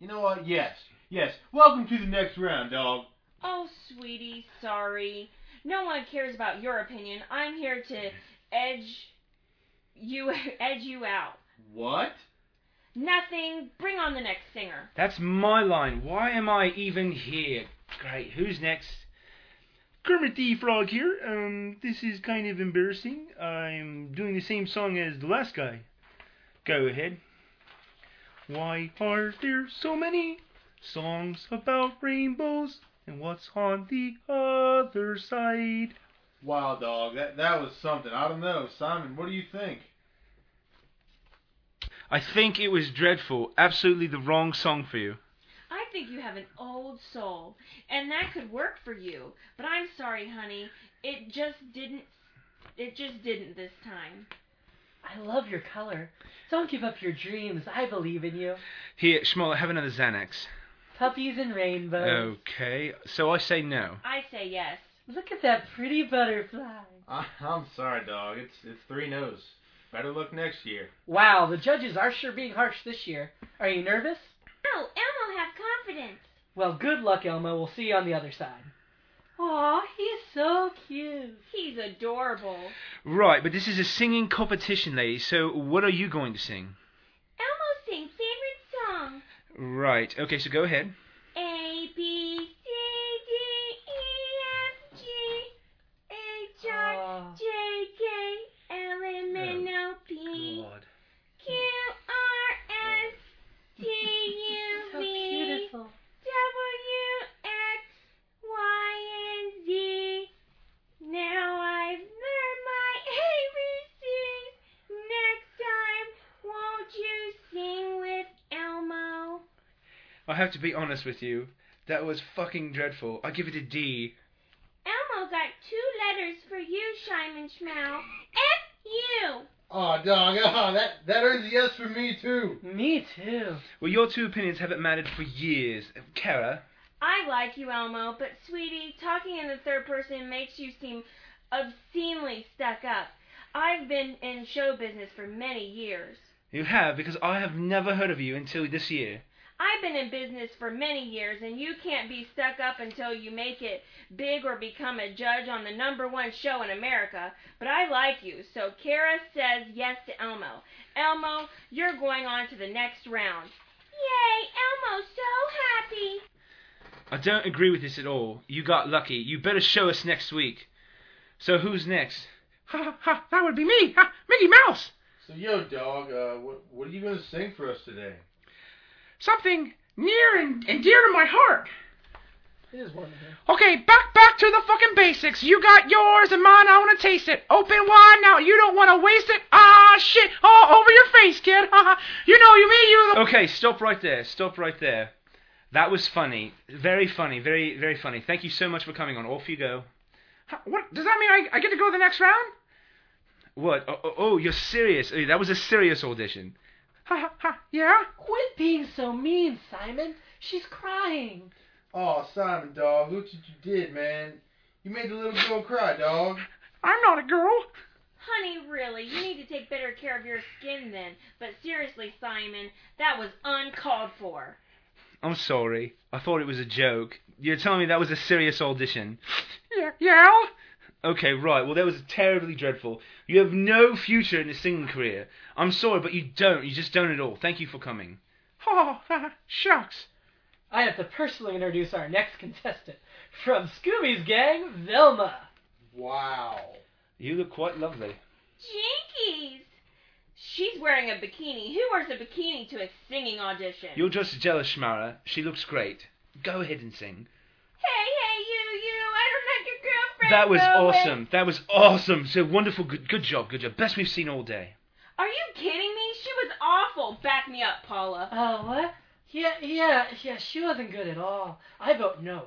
you know what? Yes, yes. Welcome to the next round, dog.
Oh, sweetie, sorry. No one cares about your opinion. I'm here to edge you edge you out.
What?
Nothing. Bring on the next singer.
That's my line. Why am I even here? Great. Who's next? Kermit the Frog here. Um, this is kind of embarrassing. I'm doing the same song as the last guy. Go ahead. Why are there so many songs about rainbows and what's on the other side?
Wow, dog. That that was something. I don't know, Simon. What do you think?
I think it was dreadful. Absolutely the wrong song for you.
I think you have an old soul, and that could work for you. But I'm sorry, honey. It just didn't. It just didn't this time.
I love your color. Don't give up your dreams. I believe in you.
Here, Shmola, have another Xanax.
Puppies and rainbows.
Okay, so I say no.
I say yes.
Look at that pretty butterfly.
I, I'm sorry, dog. It's it's three no's. Better luck next year.
Wow, the judges are sure being harsh this year. Are you nervous?
Oh, Elmo have confidence.
Well, good luck, Elmo. We'll see you on the other side. Aw, he's so cute.
He's adorable.
Right, but this is a singing competition, ladies, so what are you going to sing?
Elmo sing favorite song.
Right, okay, so go ahead.
A B C D E F G H I
Aw.
J K L M N O P
God.
Q
have to be honest with you. That was fucking dreadful. I give it a D.
Elmo got two letters for you, Shimon Schmel. F you.
Oh, dog. Oh, that, that is a yes for me, too.
Me too.
Well, your two opinions haven't mattered for years. Kara,
I like you, Elmo, but sweetie, talking in the third person makes you seem obscenely stuck up. I've been in show business for many years.
you have, because I have never heard of you until this year.
I've been in business for many years, and you can't be stuck up until you make it big or become a judge on the number one show in America. But I like you, so Kara says yes to Elmo. Elmo, you're going on to the next round. Yay, Elmo's so happy!
I don't agree with this at all. You got lucky. You better show us next week. So who's next? Ha ha ha! That would be me. Ha! Mickey Mouse.
So, yo, dog, uh, what, what are you going to sing for us today?
Something near and, and dear to my heart.
It is wonderful.
Okay, back back to the fucking basics. You got yours and mine. I want to taste it. Open wide now. You don't want to waste it. Ah, shit. All over your face, kid. you know you mean you. Okay, stop right there. Stop right there. That was funny. Very funny. Very very funny. Thank you so much for coming on. Off you go. What does that mean? I, I get to go to the next round? What? Oh, oh, oh you're serious. Oh, That was a serious audition. Ha ha ha. Yeah.
Quit being so mean, Simon. She's crying.
Oh, Simon, dog, look what you did, man. You made the little girl cry, dog.
I'm not a girl.
Honey, really, you need to take better care of your skin then. But seriously, Simon, that was uncalled for.
I'm sorry. I thought it was a joke. You're telling me that was a serious audition? Yeah. Yeah. Okay, right. Well, that was terribly dreadful. You have no future in a singing career. I'm sorry, but you don't. You just don't at all. Thank you for coming. Oh, shucks.
I have to personally introduce our next contestant from Scooby's gang, Velma.
Wow.
You look quite lovely.
Jinkies! She's wearing a bikini. Who wears a bikini to a singing audition?
You're just jealous, Shmara. She looks great. Go ahead and sing.
Hey, hey, you, you! I don't like your girlfriend.
That was
go away.
awesome. That was awesome. So wonderful. Good, good job. Good job. Best we've seen all day.
Are you kidding me? She was awful. Back me up, Paula.
Oh, what? Yeah, yeah, yeah, she wasn't good at all. I vote no.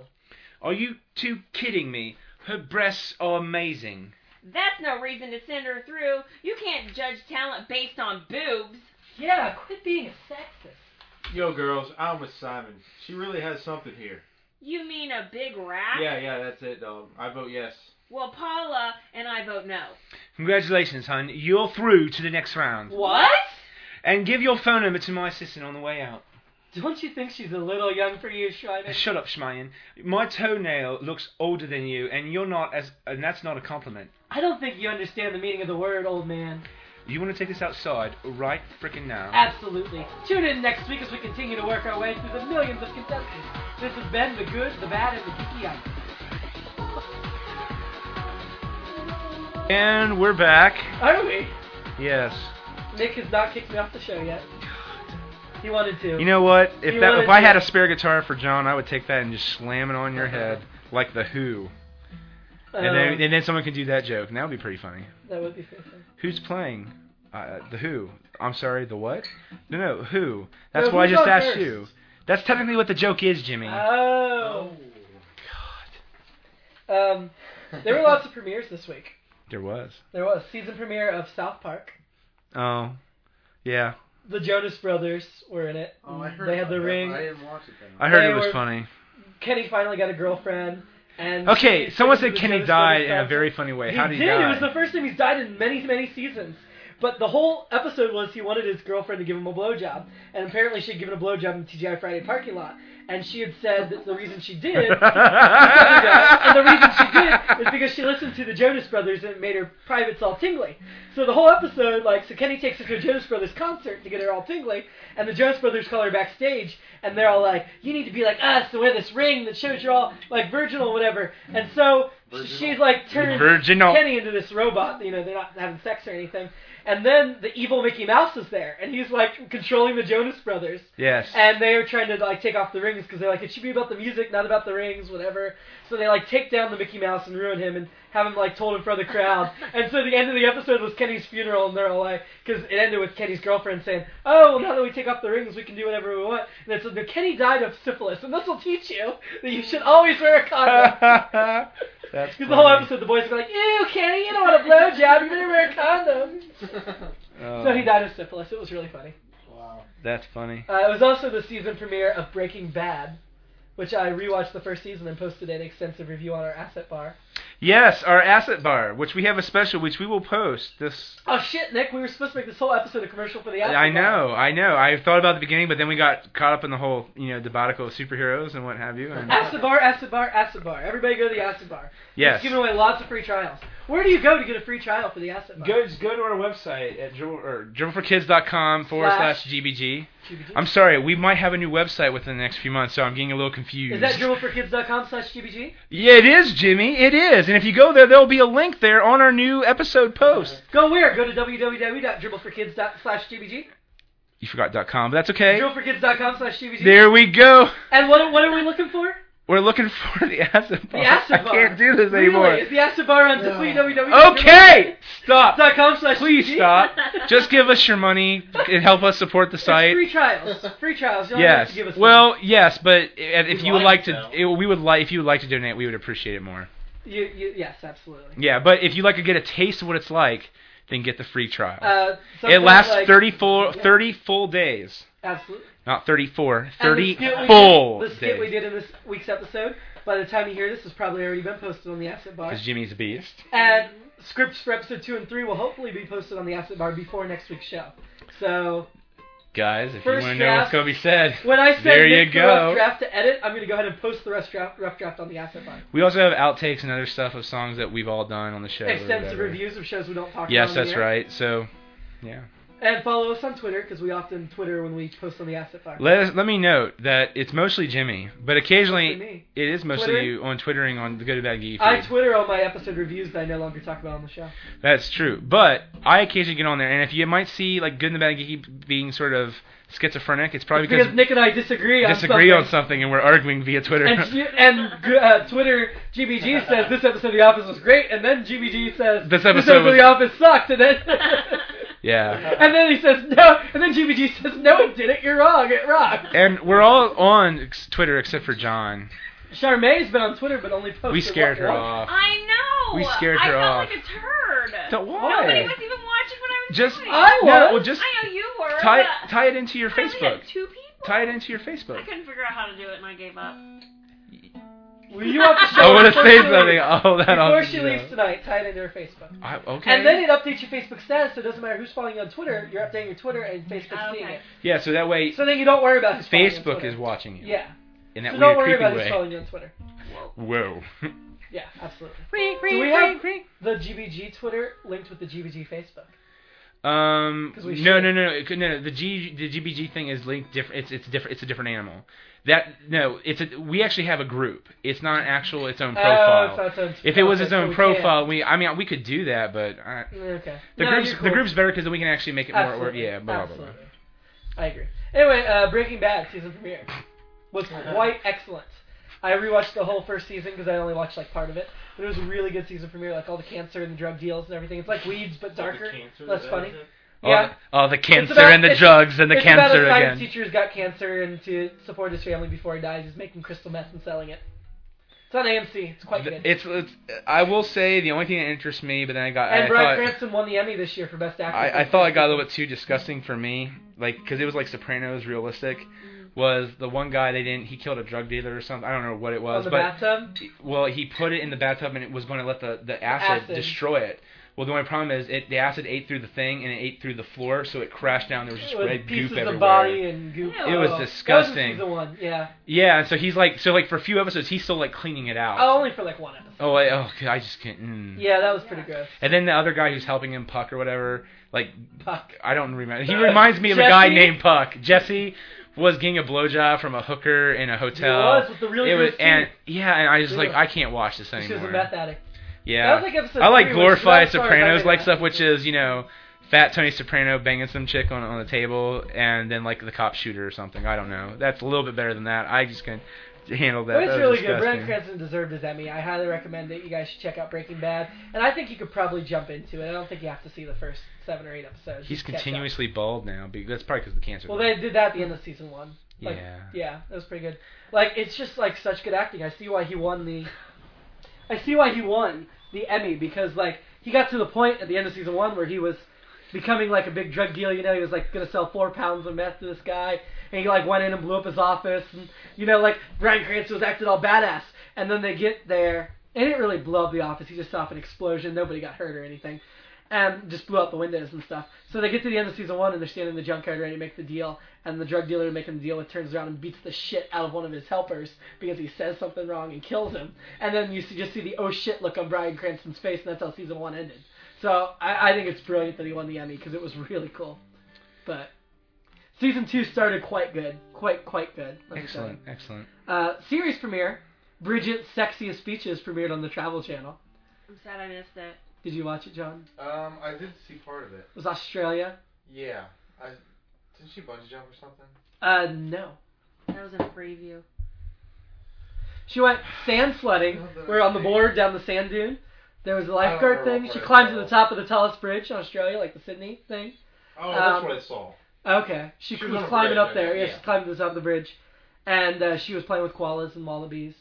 Are you two kidding me? Her breasts are amazing.
That's no reason to send her through. You can't judge talent based on boobs.
Yeah, quit being a sexist.
Yo, girls, I'm with Simon. She really has something here.
You mean a big rat?
Yeah, yeah, that's it, dog. I vote yes.
Well, Paula and I vote no.
Congratulations, hon. You're through to the next round.
What?
And give your phone number to my assistant on the way out.
Don't you think she's a little young for you, Shimon?
Shut up, Schmeyen. My toenail looks older than you, and you're not as. And that's not a compliment.
I don't think you understand the meaning of the word, old man.
You want to take this outside right frickin' now?
Absolutely. Tune in next week as we continue to work our way through the millions of contestants. This has been the good, the bad, and the geeky out.
And we're back.
Are we?
Yes.
Nick has not kicked me off the show yet. He wanted to.
You know what?
You
If that,
wanna
if I had
do- Uh-huh.
a spare guitar for John, I would take that and just slam it on your head like the Who. And then, and then someone can do that joke, and that would be pretty funny.
Uh, that would be fair.
Who's playing? Uh, the Who. I'm sorry, the what? No, no, Who. That's
No,
why I
who
just
goes
asked
first?
you. That's technically what the joke is, Jimmy.
Oh. Um, there were lots of premieres this week.
there was.
There was season premiere of South Park.
Oh, yeah.
The Jonas Brothers were in it.
Oh, I heard
they had the
about that,
ring.
but I didn't watch it then.
I heard
They
it was
were-
funny.
Kenny finally got a girlfriend. And
Okay,
he's
someone
singing
said
to the
Kenny
Jonas
died
Brothers
in a
songs.
very funny way.
He
How did he
did. It was the
die?
first time he's died in many, many seasons. But the whole episode was he wanted his girlfriend to give him a blowjob, and apparently she had given a blowjob in TGI Friday parking lot, and she had said that the reason she did, and the reason she did is because she listened to the Jonas Brothers and it made her privates all tingly. So the whole episode, like, so Kenny takes her to a Jonas Brothers concert to get her all tingly, and the Jonas Brothers call her backstage, and they're all like, "You need to be like us and wear this ring that shows you're all like virginal, or whatever." And so
Virginal?
she's like turned
Virginal.
Kenny into this robot. You know, they're not having sex or anything. And then the evil Mickey Mouse is there, and he's like controlling the Jonas Brothers,
Yes.
and they are trying to like take off the rings because they're like it should be about the music, not about the rings, whatever. So they like take down the Mickey Mouse and ruin him, and have him like told in front of the crowd. And so the end of the episode was Kenny's funeral, and they're all like, because it ended with Kenny's girlfriend saying, "Oh, well, now that we take off the rings, we can do whatever we want." And it said, "No, Kenny died of syphilis, and this will teach you that you should always wear a condom."
That's
Because the whole
funny.
episode, the boys were like, "Ew, Kenny, you don't want a blowjob. You better wear a condom."
Oh,
So he died of syphilis. It was really funny.
Wow.
That's funny.
Uh, it was also the season premiere of Breaking Bad, which I rewatched the first season and posted an extensive review on our asset bar.
Yes, our asset bar, which we have a special, which we will post this.
Oh shit, Nick, we were supposed to make this whole episode a commercial for the asset
I
bar.
know, I know. I thought about the beginning, but then we got caught up in the whole, you know, debacle of superheroes and what have you. And
Acid bar, acid bar, acid bar. Everybody go to the acid bar.
yes,
It's giving away lots of free trials. Where do you go to get a free trial for the acid bar?
Go, just go to our website at dribble, or
dribbleforkids.com forward
Slash.
slash gbg.
GBG.
I'm sorry, we might have a new website within the next few months, so I'm getting a little confused.
Is that dribbleforkids.com slash GBG?
Yeah, it is, Jimmy. It is. And if you go there, there'll be a link there on our new episode post.
Go where? Go to www.dribbleforkids dot- slash GBG?
You forgot .com, but that's okay.
Dribbleforkids.com slash GBG?
There we go.
And what, what are we looking for?
We're looking for the acid bar.
The acid bar.
I can't do this
Really?
anymore.
Is the acid bar on
No.
www.dribbleforkids.com?
Okay, stop.
slash
Please
GBG?
stop. Just give us your money and help us support the
It's
site.
Free trials. Free trials. You don't have
Yes.
to give us
Well, yes, but i- if
We'd
you would like
like it,
to, it, we would like if you would like to donate, we would appreciate it more.
money. You, you, yes, absolutely.
Yeah, but if you'd like to get a taste of what it's like, then get the free trial.
Uh,
it
something
lasts
like,
30 full 30 full days.
Absolutely.
Not 34,
And
30
the skit we
full
did- The skit we
days.
did in this week's episode, by the time you hear this, has probably already been posted on the Asset Bar.
Because Jimmy's a beast.
And scripts for episode two and three will hopefully be posted on the Asset Bar before next week's show. So
Guys, if
First
you want to know
draft.
what's going to be said,
when I send
There you
Nick the rough
go.
draft to edit, I'm going to go ahead and post the rough draft, rough draft on the Asset Bar.
we also have outtakes and other stuff of songs that we've all done on the show. or
Extensive
whatever.
reviews of shows we don't talk
Yes,
about. on the
that's
air.
right. So, yeah.
And follow us on Twitter because we often Twitter when we post on the Asset Bar.
Let us, let me note that it's mostly Jimmy, but occasionally
Mostly me.
it is mostly
Twittering?
you on twittering on the Good and Bad Geek.
I Twitter all my episode reviews that I no longer talk about on the show.
That's true. But I occasionally get on there, and if you might see like Good and the Bad Geeky being sort of schizophrenic, it's probably
It's because,
because,
Nick and I disagree,
we disagree
on
on
something.
something and we're arguing via Twitter.
And, G- and g- uh, Twitter GBG says this episode of The Office was great, and then GBG says
This episode
of
was-
The Office sucked, and then
yeah.
and then he says no, and then GBG says no, it did it. You're wrong. It rocked.
And we're all on ex- Twitter except for John.
Charmaine's been on Twitter, but only posted.
We scared
one-
her
one-
off.
I know.
We scared
I
her
felt
off.
like a turd.
So
Nobody
why?
was even watching what I was
Just
doing.
I
no,
was.
well, just
I know you were.
tie it,
but
tie it into your
I only had
Facebook.
two people.
Tie it into your Facebook.
I couldn't figure out how to do it, and I gave up.
Well, you have to show
I want
her
to
before she
say something.
leaves-
Oh, that
Before
off.
she leaves tonight, tie it into her Facebook.
I, okay.
And then it updates your Facebook status, so it doesn't matter who's following you on Twitter. You're updating your Twitter, and Facebook's
Oh,
seeing
okay.
it.
yeah, so that way
So then you don't worry about who's following you on
Facebook
Twitter.
is watching you.
Yeah.
In that
so
weird,
don't worry
creepy
about
way.
who's following you on Twitter.
Whoa.
Yeah, absolutely.
Do
we
we
have-
have?
The GBG Twitter linked with the GBG Facebook.
um.
'Cause we
No,
should.
no, no, no. it could- no, The G, the GBG thing is linked different. It's, it's different. It's a different animal. That no. It's a. We actually have a group. It's not an actual. Its own
Oh,
profile.
it's not its own-
if it was
okay,
its
so
own
we can't.
profile, we. I mean, we could do that, but uh,
Okay.
the
No,
group's
you're
the
cool.
group's better because then we can actually make it more. Or,
Absolutely.
yeah. Blah, blah, blah, blah.
Absolutely. I agree. Anyway, uh, Breaking Bad season premiere was quite excellent. I rewatched the whole first season because I only watched like part of it, but it was a really good season premiere. Like all the cancer and the drug deals and everything. It's like Weeds but darker, less funny.
All
Yeah.
the- All the cancer
about-
and the
it's-
drugs and Oh, the
it's
cancer
about a science
again.
teacher who's got cancer and to support his family before he dies, he's making crystal meth and selling it. It's on AMC. It's quite
Th-
good.
It's, it's. I will say the only thing that interests me, but then I got.
and
I
Bryan
thought,
Cranston won the Emmy this year for best actor.
I, I thought it got a little bit too disgusting for me, like because it was like Sopranos realistic. Was the one guy they didn't? He killed a drug dealer or something. I don't know what it
on
was,
Oh, the
but
bathtub.
well, he put it in the bathtub and it was going to let the the acid,
acid.
destroy it. Well, the only problem is it the acid ate through the thing and it ate through the floor, so it crashed down. There was just
with
red
pieces
goop
of
everywhere.
the body and goop.
Ew. It
Oh. That
was
was in
disgusting.
season one, yeah.
Yeah, and so he's like, so like for a few episodes, he's still like cleaning it out.
Oh, only for like one episode.
Oh, I, oh, God, I just can't. Mm.
Yeah, that was pretty gross.
And then the other guy who's helping him, Puck or whatever, like
Fuck.
I don't remember. He reminds me of a guy
Uh, Jesse?
named Puck. Jesse was getting a blowjob from a hooker in a
It
hotel.
was with the really
It was-
gross
and
teeth.
yeah, and I was just like,
Yeah.
I can't watch this
She was a
anymore.
meth addict. That
Yeah,
was like episode
I like
three, which
glorified
is not as far as I
Sopranos
can
like
go.
stuff, which is you know, fat Tony Soprano banging some chick on on the table, and then like the cop shooter or something. I don't know. That's a little bit better than that. I just can. to handle that.
But it's
That
really
was
good. Bryan
disgusting.
Cranston deserved his Emmy. I highly recommend it. You guys should check out Breaking Bad, and I think you could probably jump into it. I don't think you have to see the first seven or eight episodes.
He's
Just catch up.
continuously bald now. Be that's probably because of the cancer.
Well, they did that at the end of season one. Like,
yeah.
Yeah, that was pretty good. Like it's just like such good acting. I see why he won the. I see why he won the Emmy because like he got to the point at the end of season one where he was becoming like a big drug dealer. You know, he was like gonna sell four pounds of meth to this guy, and he like went in and blew up his office, and you know like Brian Cranston was acting all badass, and then they get there. They didn't really blow up the office. He just saw an explosion. Nobody got hurt or anything. And Um, just blew out the windows and stuff. So they get to the end of season one and they're standing in the junkyard ready to make the deal and the drug dealer making the deal with turns around and beats the shit out of one of his helpers because he says something wrong and kills him. And then you see, just see the oh shit look on Brian Cranston's face, and that's how season one ended. So I, I think it's brilliant that he won the Emmy because it was really cool. But season two started quite good, quite quite good. let me tell
Excellent, excellent.
you. Uh, series premiere: Bridget's Sexiest Beaches premiered on the Travel Channel.
I'm sad I missed it.
Did you watch it, John?
Um, I did see part of it.
It was Australia.
Yeah. I didn't she bungee jump or something?
Uh, no.
That was in a preview.
She went sand sledding. We are on the board down the sand dune. There was a lifeguard
remember
thing.
what
She
part
climbed to
it
the
was.
top of the tallest bridge in Australia, like the Sydney thing.
Oh, that's
Um,
what I saw.
Okay. She,
She was
was,
on a
climbing
bridge,
up
I
there.
think,
Yeah,
yeah.
she's climbing to the top of the bridge. And uh, she was playing with koalas and wallabies.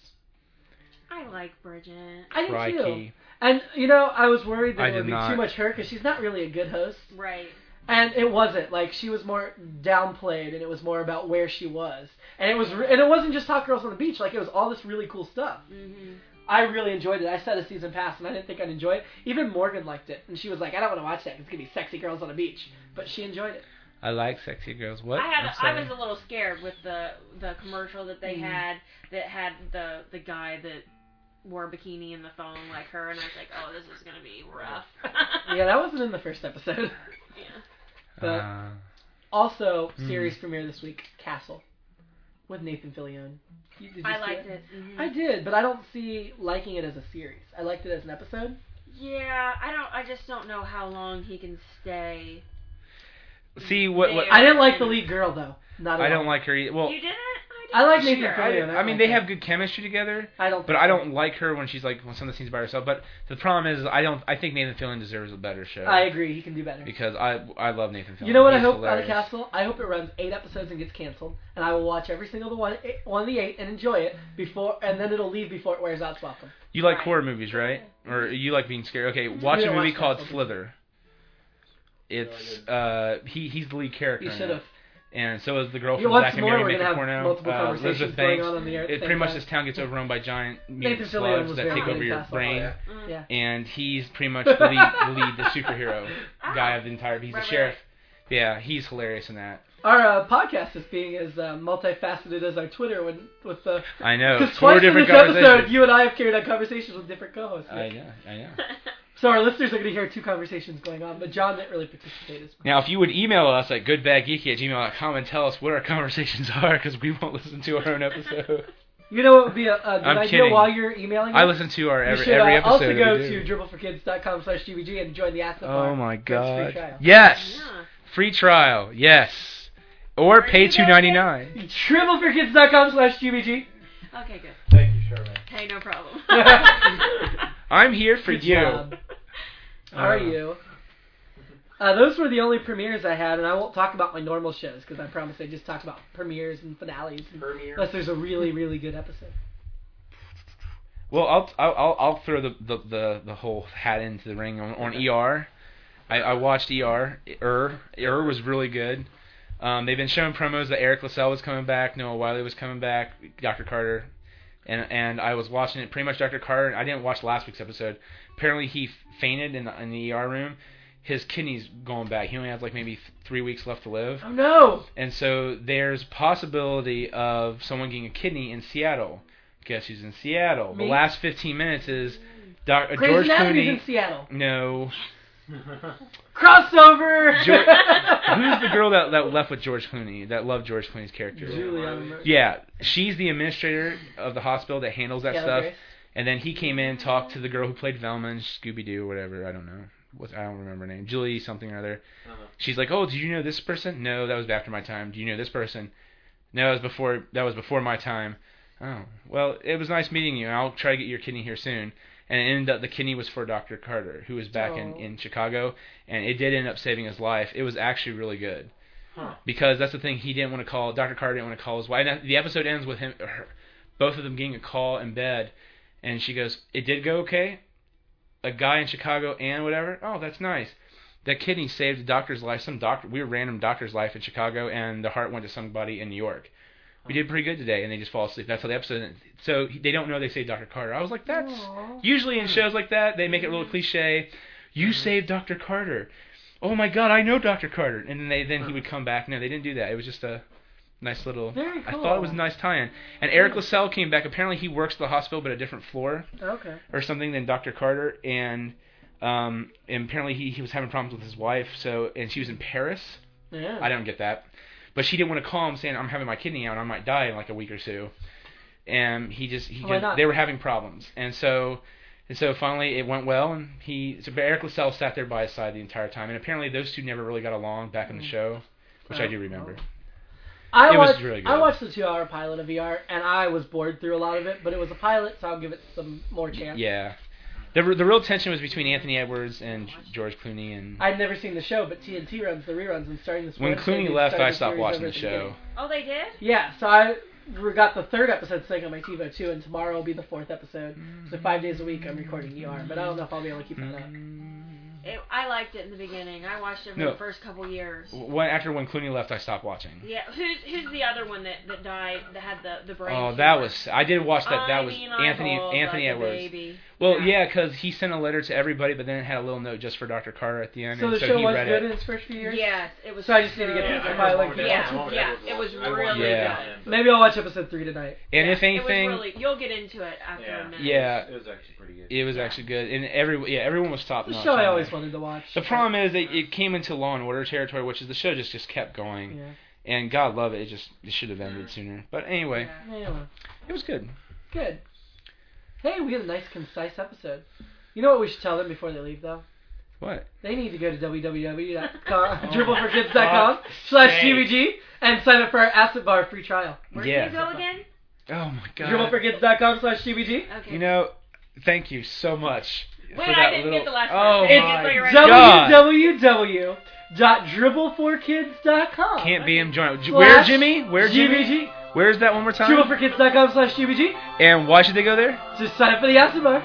I like Bridget.
I did too.
Crikey.
And, you know, I was worried that
I
it would
did
be
not.
too much her because she's not really a good host.
Right.
And it wasn't. Like, she was more downplayed and it was more about where she was. And it was, re- and it wasn't just Hot Girls on the Beach. Like, it was all this really cool stuff.
hmm
I really enjoyed it. I set a season pass and I didn't think I'd enjoy it. Even Morgan liked it. And she was like, I don't want to watch that 'cause it's going to be sexy girls on a beach. But she enjoyed it.
I like sexy girls. What?
I had.
I'm
I
sorry.
was a little scared with the the commercial that they
Mhm.
had that had the the guy that wore a bikini in the phone like her, and I was like, oh, this is gonna be rough.
Yeah, that wasn't in the first episode.
Yeah.
but-
Uh,
Also,
Hmm.
series premiere this week, Castle, with Nathan Fillion. You- did you
I
see
liked it. Mhm.
I did, but I don't see liking it as a series. I liked it as an episode.
yeah, I don't. I just don't know how long he can stay.
see what? what
There.
I didn't like the lead girl though. Not at
I
all.
don't like her. Either. Well,
you didn't.
I like
she-
Nathan Fillion.
I,
I,
I
don't
mean,
like
they
him.
have good chemistry together.
I don't.
But
think
I
so.
don't like her when she's like when some of the scenes by herself. But the problem is, I don't. I think Nathan Fillion deserves a better show.
I agree. He can do better.
because I I love Nathan Fillion.
You know what I
He's
hope
hilarious.
out of Castle? I hope it runs eight episodes and gets canceled, and I will watch every single one, eight, one of the eight, and enjoy it before, and then it'll leave before it wears out its welcome.
You like
Right.
horror movies, right? Or you like being scared? Okay, watch
We
a
don't
movie
watch
called
Castle.
Slither. It's uh he he's the lead character.
You
in
should
it.
have.
And so is the girl
You
from
once
Black and
more,
Mary
we're gonna
Make a
have
Porno.
multiple
uh,
conversations
Elizabeth
going
Banks.
on on the air. at the
It,
same
pretty much
time.
this town gets overrun by giant mutant
Nathan Fillion
slugs
was
that
very
take
good
over
in
your
Castle.
brain.
Oh, Yeah.
Mm.
Yeah.
And he's pretty much the lead, the lead the superhero guy of the entire. He's
Right,
the
right,
sheriff. Yeah, he's hilarious in that.
Our uh, podcast is being as uh, multifaceted as our Twitter when with the
I know.
because
Oh, Four
twice in
different
this episode
conversations.
you and I have carried on conversations with different co-hosts.
I know. I know.
Ah.
So our listeners are going to hear two conversations going on, but John didn't really participate as much.
Now, if you would email us at goodbadgeeky at gmail.com and tell us what our conversations are, because we won't listen to our own episode.
You know what would be a, a good
I'm
idea
kidding.
while you're emailing?
I
us?
listen to our
You
every,
should
every
uh,
episode.
also
that
go
we
to
do.
dribbleforkids.com slash GBG and join the Ask the
Oh
Farm.
my
free trial.
god! Yes,
Yeah.
free trial. Yes, or
Are
pay
you
two
going
ninety nine.
Dribbleforkids.com slash GBG.
Okay, good.
Thank you, Charmaine.
Hey, no problem.
I'm here for
Good
you.
job. How are
Uh,
you? Uh, those were the only premieres I had, and I won't talk about my normal shows because I promise I just talk about premieres and finales and-
Premiere.
unless there's a really, really good episode.
Well, I'll I'll I'll- I'll throw the the, the, the whole hat into the ring on, on ER. I, I watched ER. ER ER was really good. Um, they've been showing promos that Eric Lassell was coming back, Noah Wiley was coming back, Dr. Carter, and and I was watching it pretty much Dr. Carter. And I didn't watch last week's episode. Apparently, he fainted in the, in the ER room. His kidneys going back. He only has like maybe three weeks left to live.
Oh no!
And so there's possibility of someone getting a kidney in Seattle. Guess who's in Seattle?
Me?
The last 15 minutes is Doc, uh,
Grey's
George
Anatomy's
Clooney.
in Seattle.
No,
Crossover!
George, who's the girl that, that left with George Clooney? That loved George Clooney's character.
Julia.
Yeah, she's the administrator of the hospital that handles that
Yeah,
stuff.
Grace.
And then he came in and talked to the girl who played Velma and Scooby Doo, whatever. I don't know. What I don't remember her name. Julie something or other.
Uh-huh.
She's like, "Oh, do you know this person? No, that was after my time. Do you know this person? No, that was before. That was before my time." Oh, well, it was nice meeting you. and I'll try to get your kidney here soon. And it ended up the kidney was for Dr. Carter, who was back in,
Oh.
in Chicago, and it did end up saving his life. It was actually really good.
Huh.
Because that's the thing he didn't want to call Dr. Carter didn't want to call his wife. And the episode ends with him, her, both of them getting a call in bed, and she goes, "It did go okay." A guy in Chicago and whatever. Oh, that's nice. That kidney saved a doctor's life. Some doctor, we were random doctor's life in Chicago, and the heart went to somebody in New York we did pretty good today, and they just fall asleep. That's how the episode. ends. So he- they don't know they saved Dr. Carter. I was like, that's
Oh.
usually in shows like that they make it a little cliche. You saved Dr. Carter. Oh my God, I know Dr. Carter. And then they then he would come back. No, they didn't do that. It was just a nice little.
Very
I thought it was a
cool.
nice tie-in. And Eric Lassell came back. Apparently he works at the hospital, but a different floor
Okay.
or something than Dr. Carter, and um, and apparently he, he was having problems with his wife. So and she was in Paris.
Yeah.
I don't get that. But she didn't want to call him saying I'm having my kidney out and I might die in like a week or two. And he just he
Why
just-
not?
they were having problems. And so and so finally it went well and he so Eric Lassell sat there by his side the entire time and apparently those two never really got along back
Mm.
in the show, which
Oh.
I do remember.
I
It was
watched, I
really good.
watched the two-hour pilot of VR, and I was bored through a lot of it, but it was a pilot, so I'll give it some more chance.
Yeah. The the real tension was between Anthony Edwards and George Clooney and
I'd never seen the show, but TNT runs the reruns, and starting this.
when
Wednesday,
Clooney
they
left
started
I
the
stopped
series
watching
over at
the
beginning.
show.
Oh, they did?
Yeah, so I we got the third episode thing on my TiVo too, and tomorrow will be the fourth episode. So five days a week I'm recording ER, but I don't know if I'll be able to keep
Mm-hmm.
that up.
It, I liked it in the beginning. I watched it for
No.
the first couple years.
When, after when Clooney left I stopped watching.
Yeah, who's who's the other one that, that died that had the the brain?
Oh,
tumor?
that was I did watch that.
I
That was
mean, I
Anthony
bawled
Anthony
like a
Edwards.
baby.
Well, yeah, because he sent a letter to everybody, but then it had a little note just for Dr. Carter at the end,
So
and
the
so
show
he
was
read
good in
it.
its first few years.
Yes, it was.
So I just need to get
so-
through the pilot.
Yeah, yeah, it was really
Yeah.
good.
Maybe I'll watch episode three tonight.
And
Yeah,
if anything,
it was really, you'll get into it after a minute.
yeah,
It was actually pretty good.
it was actually good, and every yeah everyone was top
It's
notch.
a show
on
I
that.
always wanted to watch.
The problem is it, it came into Law and Order territory, which is the show just just kept going,
Yeah.
and God love it, it just it should have
Mm.
ended sooner. But anyway,
Anyway,
it was good.
good. Hey, we had a nice concise episode. You know what we should tell them before they leave though?
What?
They need to go to www.dribbleforkids.com slash CBG and sign up for our Acid Bar free trial.
Where
yeah.
do you go again?
Oh my God.
Dribbleforkids.com slash CBG.
Okay.
You know, thank you so much.
Wait,
for
I
that
didn't
little...
get the last
Oh
part.
It's
my
Wait, right
God.
www.dribbleforkids.com.
Can't be him joined.
Slash
Where Jimmy? Where Jimmy?
GBG.
Where's that one more time?
Dribbleforkids.com slash GBG.
And why should they go there?
Just sign up for the Acid Bar.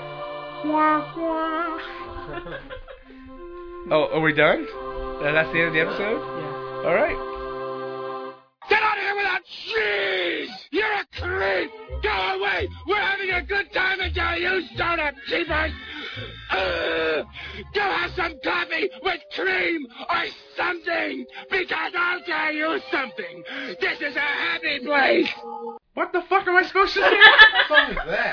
Oh, are we done? Uh, that's the end of the episode?
Yeah.
All right.
Get out of here without cheese! You're a creep! Go away! We're having a good time until you start up, cheapers! Ugh. Go have some coffee with cream or something! Because I'll tell you something! This is a happy place!
What the fuck am I supposed to do?
What song is that?